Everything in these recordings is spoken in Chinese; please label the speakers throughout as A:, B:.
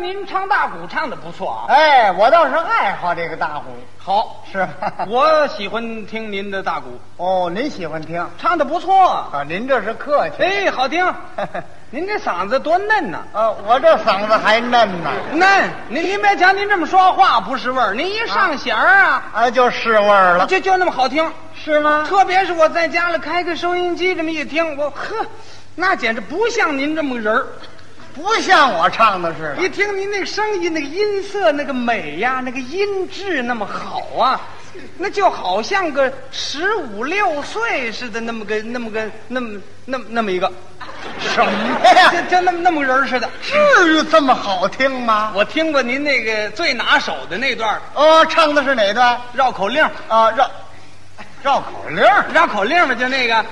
A: 您唱大鼓唱的不错啊。
B: 哎，我倒是爱好这个大鼓，
A: 好，
B: 是吧？
A: 我喜欢听您的大鼓，
B: 哦，您喜欢听
A: 唱的不错。
B: 啊？您这是客气。
A: 哎，好听。 您这嗓子多嫩呐、
B: 呃，我这嗓子还嫩呢，
A: 嫩！您您别瞧您这么说话不是味儿，您一上弦儿啊，
B: 啊，就是味儿了，
A: 就就那么好听。
B: 是吗？
A: 特别是我在家里开个收音机这么一听，我呵，那简直不像您这么个人儿。
B: 不像我唱的似的。
A: 一听您那个声音，那个音色，那个美呀、那个音质那么好啊，那就好像个十五六岁似的那么个那么个那么那么那么一个，
B: 什么呀
A: 就？就那么那么个人儿似的。
B: 至于这么好听吗？
A: 我听过您那个最拿手的那段
B: 哦，唱的是哪段？
A: 绕口令儿，
B: 啊，绕绕口令儿。
A: 绕口令儿嘛，就那个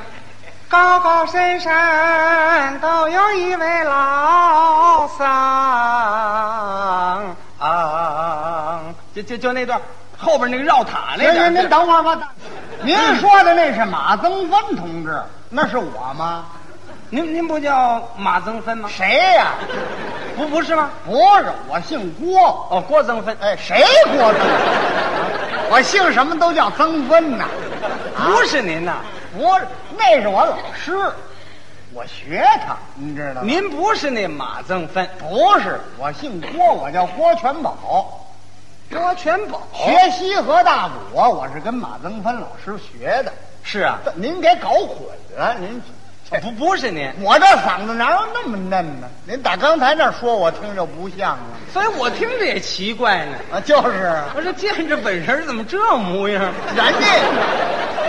A: 高高深山都有一位老桑，啊就就就那段儿后边那个绕塔那
B: 您
A: 个，
B: 您您等会儿吧，嗯等您说的那是马增芬同志，那是我吗？
A: 您您不叫马增芬吗？
B: 谁呀、
A: 不不是吗？
B: 不是，我姓郭。
A: 哦，郭增芬，
B: 哎，谁郭增芬？啊我姓什么都叫增芬呐。
A: 不是您呐、
B: 不是，那是我老师，我学他，你知道吗？
A: 您不是那马增芬，
B: 不是，我姓郭，我叫郭全宝，
A: 郭全宝
B: 学西河大鼓啊，我是跟马增芬老师学的。
A: 是啊，
B: 您给搞混了，您这
A: 不不是您，
B: 我这嗓子哪有那么嫩呢？您打刚才那说我听着不像啊，
A: 所以我听着也奇怪呢。
B: 啊就是啊，
A: 我说见着本人怎么这模样？
B: 人家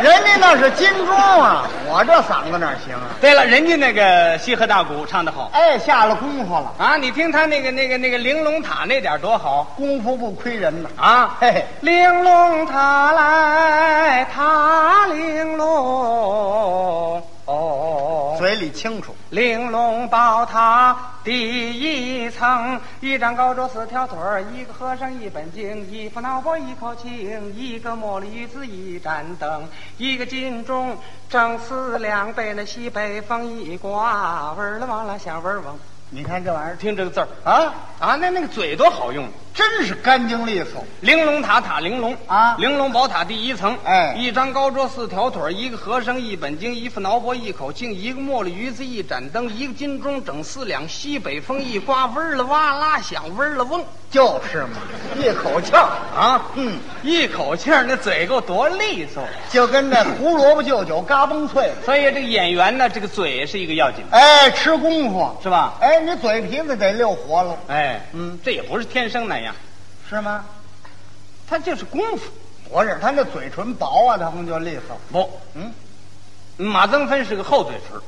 B: 人家那是金钟啊，我这嗓子哪行啊？
A: 对了，人家那个西河大鼓唱得好
B: 哎，下了功夫了，
A: 啊，你听他那个那个那个玲珑塔那点儿多好
B: 功夫不亏人呐。
A: 啊！
B: 嘿嘿
A: 玲珑塔来塔玲珑哦。
B: 嘴里清楚，
A: 玲珑宝塔第一层，一张高桌四条腿儿，一个和尚一本经，一副脑波一口磬，一个茉莉鱼子一盏灯，一个金钟正四两，被那西北风一刮，嗡儿啦哇啦响，嗡儿嗡。
B: 你看这玩意儿
A: 听这个字儿
B: 啊，
A: 啊，那那个嘴多好用！
B: 真是干净利索。
A: 玲珑塔塔玲珑
B: 啊
A: 玲珑宝塔第一层，
B: 哎
A: 一张高桌四条腿儿，一个和尚一本经，一副挠脖一口磬，一个茉莉鱼子一盏灯，一个金钟整四两，西北风一刮，嗡儿了哇啦响，嗡儿了嗡
B: 就是嘛，一口气儿，
A: 啊，
B: 嗯，
A: 一口气儿那嘴够多利索，
B: 就跟那胡萝卜就酒嘎嘣脆。
A: 所以这个演员呢，这个嘴是一个要紧的，
B: 哎，吃功夫，
A: 是吧？
B: 哎，你嘴皮子得溜活了，
A: 哎，
B: 嗯，
A: 这也不是天生那样，
B: 是吗？
A: 他就是功夫。
B: 不是，他那嘴唇薄啊，他们就利索。
A: 不，
B: 嗯，
A: 马增芬是个厚嘴唇儿，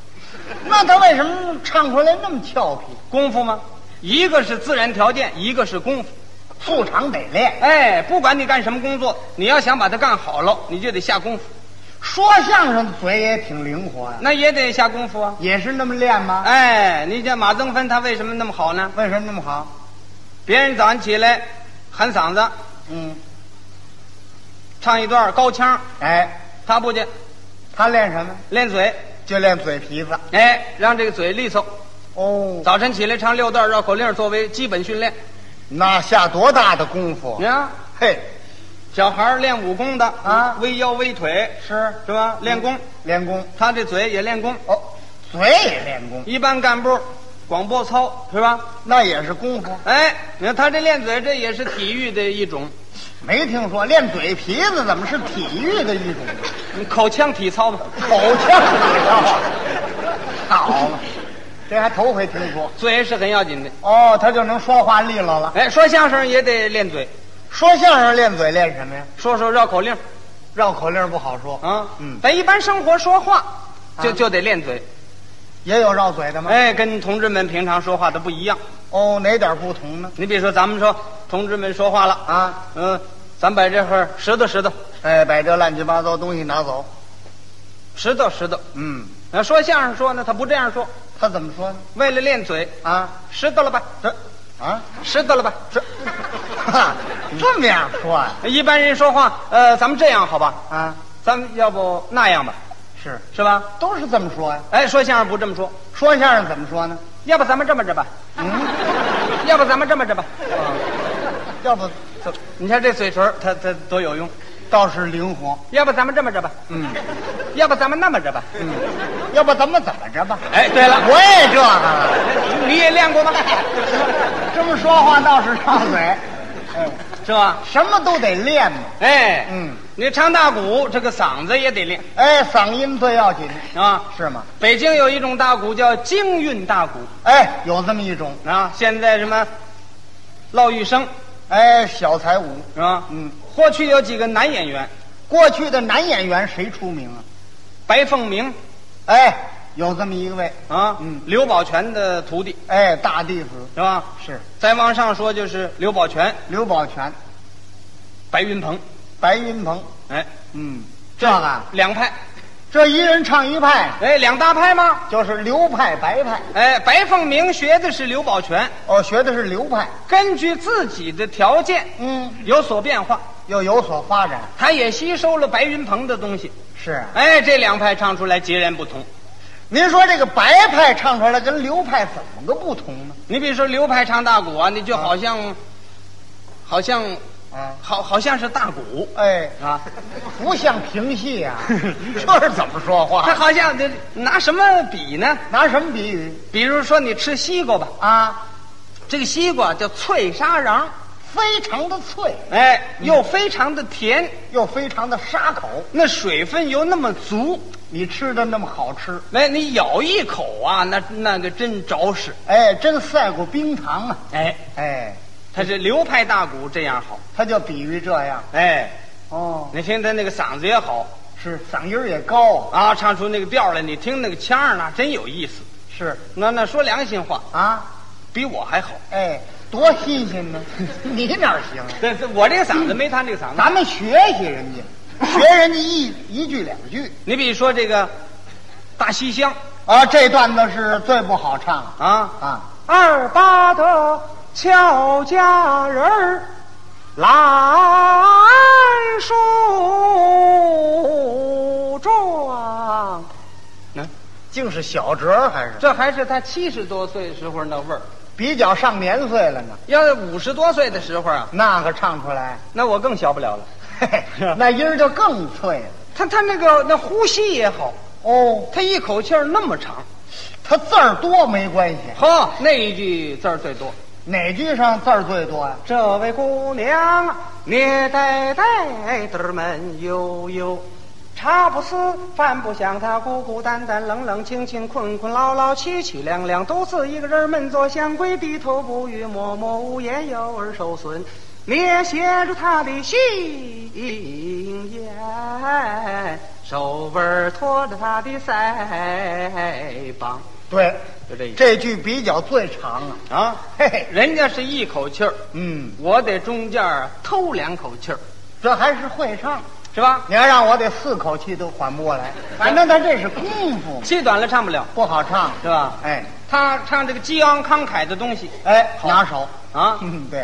B: 那他为什么唱出来那么俏皮？
A: 功夫吗？一个是自然条件，一个是功夫。
B: 素常得练。
A: 哎，不管你干什么工作，你要想把它干好了，你就得下功夫，
B: 说相声的嘴也挺灵活呀、
A: 那也得下功夫啊。
B: 也是那么练吗？
A: 哎，你这马增芬他为什么那么好呢？
B: 为什么那么好？
A: 别人早上起来喊嗓子，
B: 嗯，
A: 唱一段高腔，
B: 哎，
A: 他不去
B: 他练什么？
A: 练嘴，
B: 就练嘴皮子。
A: 哎，让这个嘴利索。
B: 哦，
A: 早晨起来唱六段绕口令作为基本训练。
B: 那下多大的功夫啊
A: 你？看，
B: 嘿，
A: 小孩儿练武功的
B: 啊嗯
A: 微腰微腿
B: 是
A: 是吧？练功，
B: 练功。
A: 他这嘴也练功。
B: 哦，嘴也练功，
A: 一般干部，广播操是吧？
B: 那也是功夫。
A: 哎，你看他这练嘴，这也是体育的一种。
B: 没听说练嘴皮子怎么是体育的一种？
A: 你嗯口腔体操吧，
B: 口腔体操，好嘛，这还头回听说。
A: 嘴是很要紧的。
B: 哦，他就能说话利落了。
A: 哎，说相声也得练嘴，
B: 说相声练嘴练什么呀？
A: 说说绕口令
B: 绕口令不好说
A: 啊。
B: 嗯，
A: 咱一般生活说话，就、
B: 啊嗯
A: 就得练嘴。
B: 也有绕嘴的吗？
A: 哎，跟同志们平常说话的不一样。
B: 哦，哪点不同呢？
A: 你比如说，咱们说同志们说话了啊，
B: 啊，
A: 嗯、咱把这会儿拾掇拾掇，
B: 哎，把这乱七八糟东西拿走。
A: 拾掇拾掇。
B: 嗯，
A: 那说相声说呢，他不这样说，
B: 他怎么说呢？
A: 为了练嘴，
B: 啊
A: 拾掇了吧，这
B: 啊，
A: 拾掇了吧，这。
B: 哈， 这么样说呀、
A: 一般人说话，呃，咱们这样好吧，
B: 啊？
A: 咱们要不那样吧，
B: 是，
A: 是吧？
B: 都是这么说呀、
A: 哎，说相声不这么说，
B: 说相声怎么说呢？
A: 要不咱们这么着吧，
B: 嗯，
A: 要不咱们这么着吧？
B: 要不
A: 走你看这嘴唇儿，它它多有用。
B: 倒是灵活。
A: 要不咱们这么着吧？
B: 嗯
A: 要不咱们那么着吧？
B: 嗯，要不咱们怎么着吧？
A: 哎，对了，
B: 我也这个了，
A: 你也练过吗？
B: 这么说话倒是张嘴，嗯，
A: 是吧？
B: 什么都得练嘛。
A: 哎，
B: 嗯，
A: 你唱大鼓，这个嗓子也得练
B: 哎，嗓音最要紧，
A: 啊。
B: 是吗？
A: 北京有一种大鼓叫京韵大鼓
B: 哎，有这么一种，
A: 啊，现在什么骆玉笙
B: 哎，小才舞，
A: 是吧？
B: 嗯，
A: 啊过去有几个男演员，
B: 过去的男演员谁出名啊？
A: 白凤鸣
B: 哎，有这么一位，
A: 啊，
B: 嗯
A: 刘宝全的徒弟
B: 哎，大弟子
A: 是吧？
B: 是
A: 再往上说就是刘宝全、
B: 刘宝全、
A: 白云鹏，
B: 白云鹏，
A: 哎，
B: 嗯，这个啊
A: 两派，
B: 这一人唱一派，
A: 哎，两大派吗？
B: 就是刘派、白派。
A: 哎，白凤鸣学的是刘宝全，
B: 哦，学的是刘派，
A: 根据自己的条件
B: 嗯，
A: 有所变化，
B: 又有所发展。
A: 他也吸收了白云鹏的东西。
B: 是啊，
A: 哎，这两派唱出来截然不同。
B: 您说这个白派唱出来跟刘派怎么个不同呢？
A: 你比如说刘派唱大鼓啊，你就好像，好像，
B: 啊，
A: 好好像是大鼓
B: 哎，
A: 啊，
B: 不像评戏 啊，这是怎么
A: 他
B: 说 话？
A: 好像这拿什么比呢？
B: 拿什么比喻
A: 比如说你吃西瓜吧，
B: 啊？
A: 这个西瓜叫脆沙瓤，
B: 非常的脆，
A: 哎，又非常的甜，
B: 又非常的沙口，
A: 那水分又那么足，
B: 你吃的那么好吃，
A: 哎，你咬一口啊，那那个真着实。
B: 哎，真赛过冰糖啊！
A: 哎，
B: 哎，
A: 他是流派大鼓这样好。
B: 他就比喻这样
A: 哎，
B: 哦，
A: 你听他那个嗓子也好
B: 是嗓音儿也高，
A: 啊，唱出那个调来，你听那个腔儿呢，真有意思。
B: 是
A: 那那说良心话，
B: 啊，
A: 比我还好。
B: 哎，多新鲜呢！你哪儿行啊？
A: 但是我这个嗓子没他这个嗓子。
B: 咱们学习人家，学人家一一句两句
A: 你比如说这个《大西厢
B: 啊，这段子是最不好唱》了
A: 啊，
B: 啊，
A: 二八的俏佳人儿来梳妆。嗯，
B: 竟是小折还是
A: 这还是他七十多岁时候那味儿。
B: 比较上年岁了呢，
A: 要是五十多岁的时候啊，
B: 那个唱出来，
A: 那我更小不了了。
B: 嘿嘿，那音儿就更脆了。
A: 他他那个那呼吸也好，
B: 哦，
A: 他一口气儿那么长。
B: 他字儿多没关系，
A: 呵，那一句字儿最多。
B: 哪句上字儿最多呀、啊
A: 这位姑娘，捏呆呆的闷悠悠，茶不思，饭不想，她孤孤单单，冷冷清清，困困劳劳，凄凄凉凉，独自一个人闷坐香闺，低头不语，默默无言，有儿受损，也写着她的心眼，手腕托着她的腮帮，
B: 对，
A: 就这意思
B: 这句比较最长啊。
A: 啊。
B: 嘿嘿，
A: 人家是一口气儿，
B: 嗯，
A: 我得中间儿啊偷两口气儿，
B: 这还是会唱。
A: 是吧？
B: 你要让我得四口气都缓不 过来，反正他这是功夫，
A: 气短了唱不了，
B: 不好唱。
A: 是吧？
B: 哎
A: 他唱这个激昂慷慨的东西
B: 哎，拿手
A: 啊，
B: 嗯，对，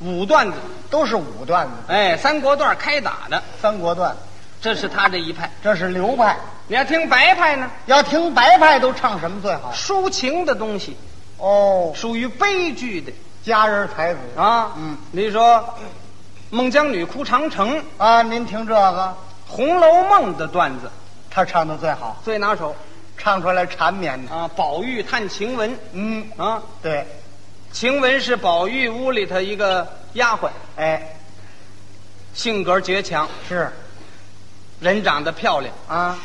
A: 五段子，
B: 都是五段子，
A: 哎，三国段开打的，
B: 三国段，
A: 这是他这一派。
B: 这是流派。
A: 你要听白派呢，
B: 要听白派都唱什么最好？
A: 抒情的东西，
B: 哦，
A: 属于悲剧的
B: 佳人才子
A: 啊。
B: 嗯
A: 你说孟姜女哭长城，《
B: 啊，您听这个，
A: 红楼梦》的段子
B: 他唱的最好，
A: 最拿手
B: 唱出来缠绵的。
A: 啊。宝玉探晴雯
B: 嗯，
A: 啊，
B: 对，
A: 晴雯是宝玉屋里头一个丫鬟，
B: 哎，
A: 性格倔强，
B: 是
A: 人长得漂亮。
B: 啊，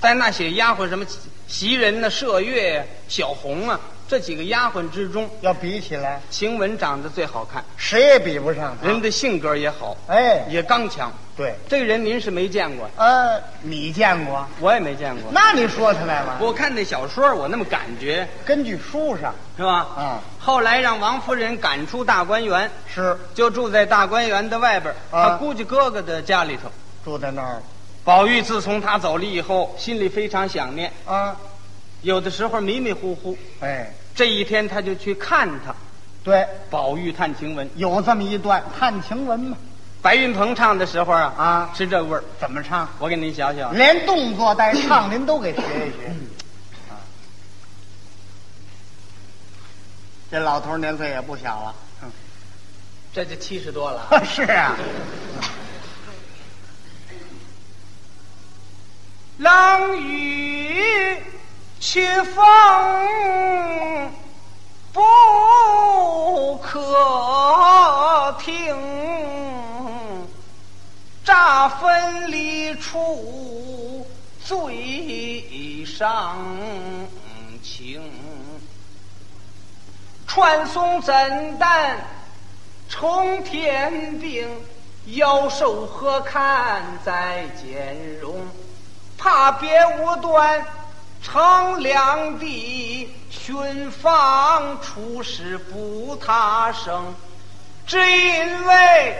A: 在那些丫鬟什么袭人呢、麝月、小红啊这几个丫鬟之中，
B: 要比起来，
A: 晴雯长得最好看，
B: 谁也比不上他。
A: 人的性格也好，
B: 哎，
A: 也刚强。
B: 对，
A: 这个人您是没见过，
B: 呃，你见过？
A: 我也没见过。
B: 那你说他来吧。
A: 我看那小说，我那么感觉
B: 根据书上
A: 是吧？
B: 啊，
A: 后来让王夫人赶出大观园，
B: 是
A: 就住在大观园的外边儿，
B: 啊
A: 她姑舅哥哥的家里头。
B: 住在那儿
A: 宝玉自从他走了以后，心里非常想念，
B: 啊，
A: 有的时候迷迷糊糊。
B: 哎，
A: 这一天他就去看他，
B: 对，
A: 宝玉探晴雯。
B: 有这么一段探晴雯嘛
A: 白云鹏唱的时候啊
B: 啊
A: 是这味儿。
B: 怎么唱？
A: 我给您想想，
B: 连动作带唱，啊您都给学一学。这老头儿年岁也不小了。
C: 这就七十多了。
B: 啊 是啊，
A: 冷雨秋风不可停，乍分离处最伤情。传送怎担冲天兵？妖兽何看在减容？怕别无端乘凉地，寻访出使不他生。只因为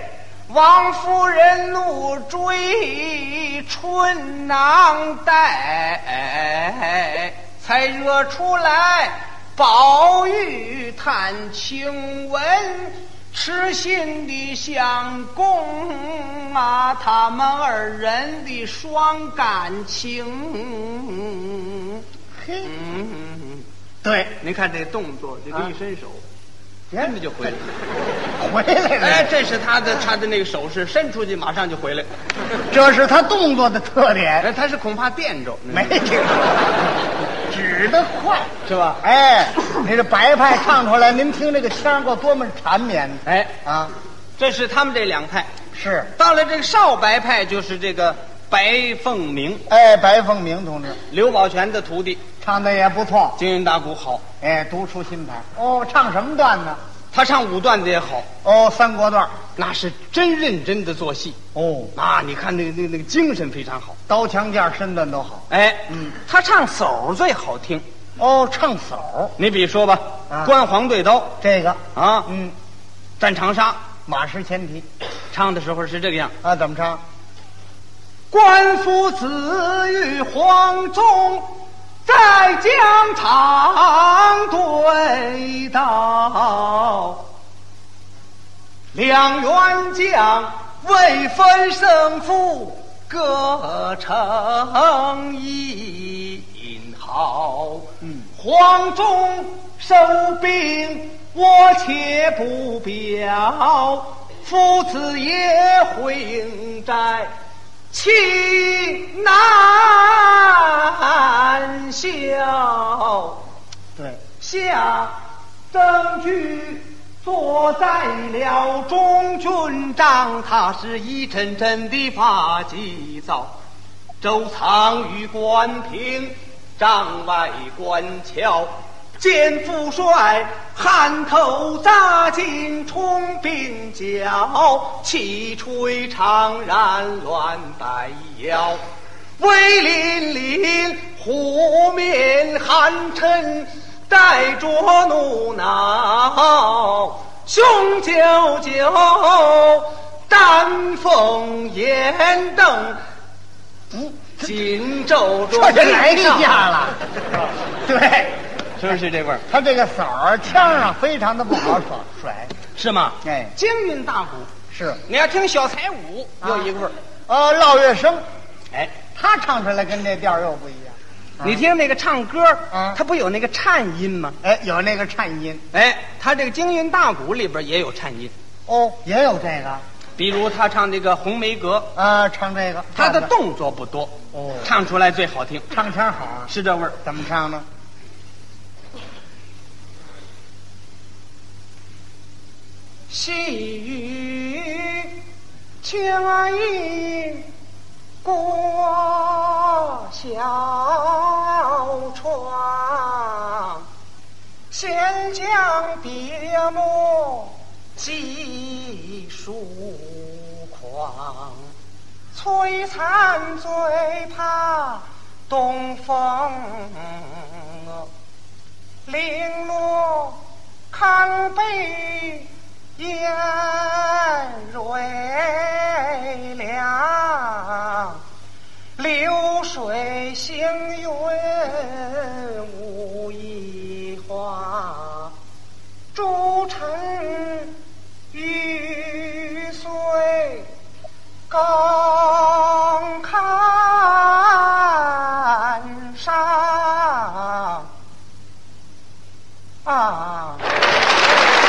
A: 王夫人怒追春囊袋，才惹出来宝玉探晴雯。痴心的相公啊，他们二人的双感情。
B: 嘿，
A: 嗯，
B: 对，
A: 您看这动作，这个一伸手，
B: 真
A: 这就回来了。
B: 回来了。
C: 哎，这是他的他的那个手势，伸出去马上就回来。
B: 这是他动作的特点，
C: 哎，他是恐怕垫着，嗯
B: 没听说，指的快。
C: 是吧？
B: 哎，你这白派唱出来，您听这个腔儿够多么缠绵的
C: 哎，
B: 啊！
C: 这是他们这两派。
B: 是，
C: 到了这个少白派，就是这个白凤鸣，
B: 哎，白凤鸣同志
C: 刘宝全的徒弟，
B: 唱的也不错，
C: 京韵大鼓好，
B: 哎，独出心裁。哦，唱什么段呢？
C: 他唱武段子也好，
B: 哦，三国段。
C: 那是真认真的做戏
B: 哦，
C: 啊！你看那个那个那个精神非常好。
B: 刀枪剑身段都好。
C: 哎，
B: 嗯，
C: 他唱叟儿最好听。
B: 哦，唱叟
C: 你比如说吧，
B: 啊
C: 关黄对刀
B: 这个，
C: 啊，
B: 嗯，
C: 战长沙，
B: 马失前蹄
C: 唱的时候是这个样。
B: 啊，怎么唱？
A: 官夫子与黄忠在疆场对道，两员将未分胜负，各逞一豪。
B: 嗯
A: 黄忠收兵，我且不表，父子也回营寨，气难消。
B: 对，
A: 下证据坐在了中军帐，他是一阵阵的发急躁。周藏与关平帐外观瞧，见副帅汗头扎进冲鬓角，气吹长髯乱摆腰。威凛凛，湖面寒嗔，带着怒恼，雄赳赳，丹凤眼瞪，
B: 嗯，
A: 紧皱着
B: 这就来
A: 眉
B: 例
A: 梢
B: 下了。对，
C: 是不是这味儿？
B: 他这个叟儿腔儿啊，非常的不好 耍甩。
C: 是吗？
B: 哎，
A: 京韵大鼓，
B: 是，
C: 你要听小彩舞，
B: 啊
C: 又一个味儿。
B: 呃，烙月笙，
C: 哎，
B: 他唱出来跟这调儿又不一样。
C: 你听那个唱歌，
B: 啊
C: 它不有那个颤音吗？
B: 哎，有那个颤音，
C: 哎，他这个京韵大鼓里边也有颤音，
B: 哦，也有这个，
C: 比如他唱这个《红梅阁》，
B: 啊，唱这个，
C: 他的
B: 唱
C: 动作不多，
B: 哦
C: 唱出来最好听，
B: 唱腔好啊，
C: 是这味儿。
B: 怎么唱呢？
A: 细雨轻衣过小窗，闲将别墨寄疏狂。摧残最怕东风零落康悲燕蕊凉，流水行云无一花，朱尘玉碎更看上啊。
C: 了。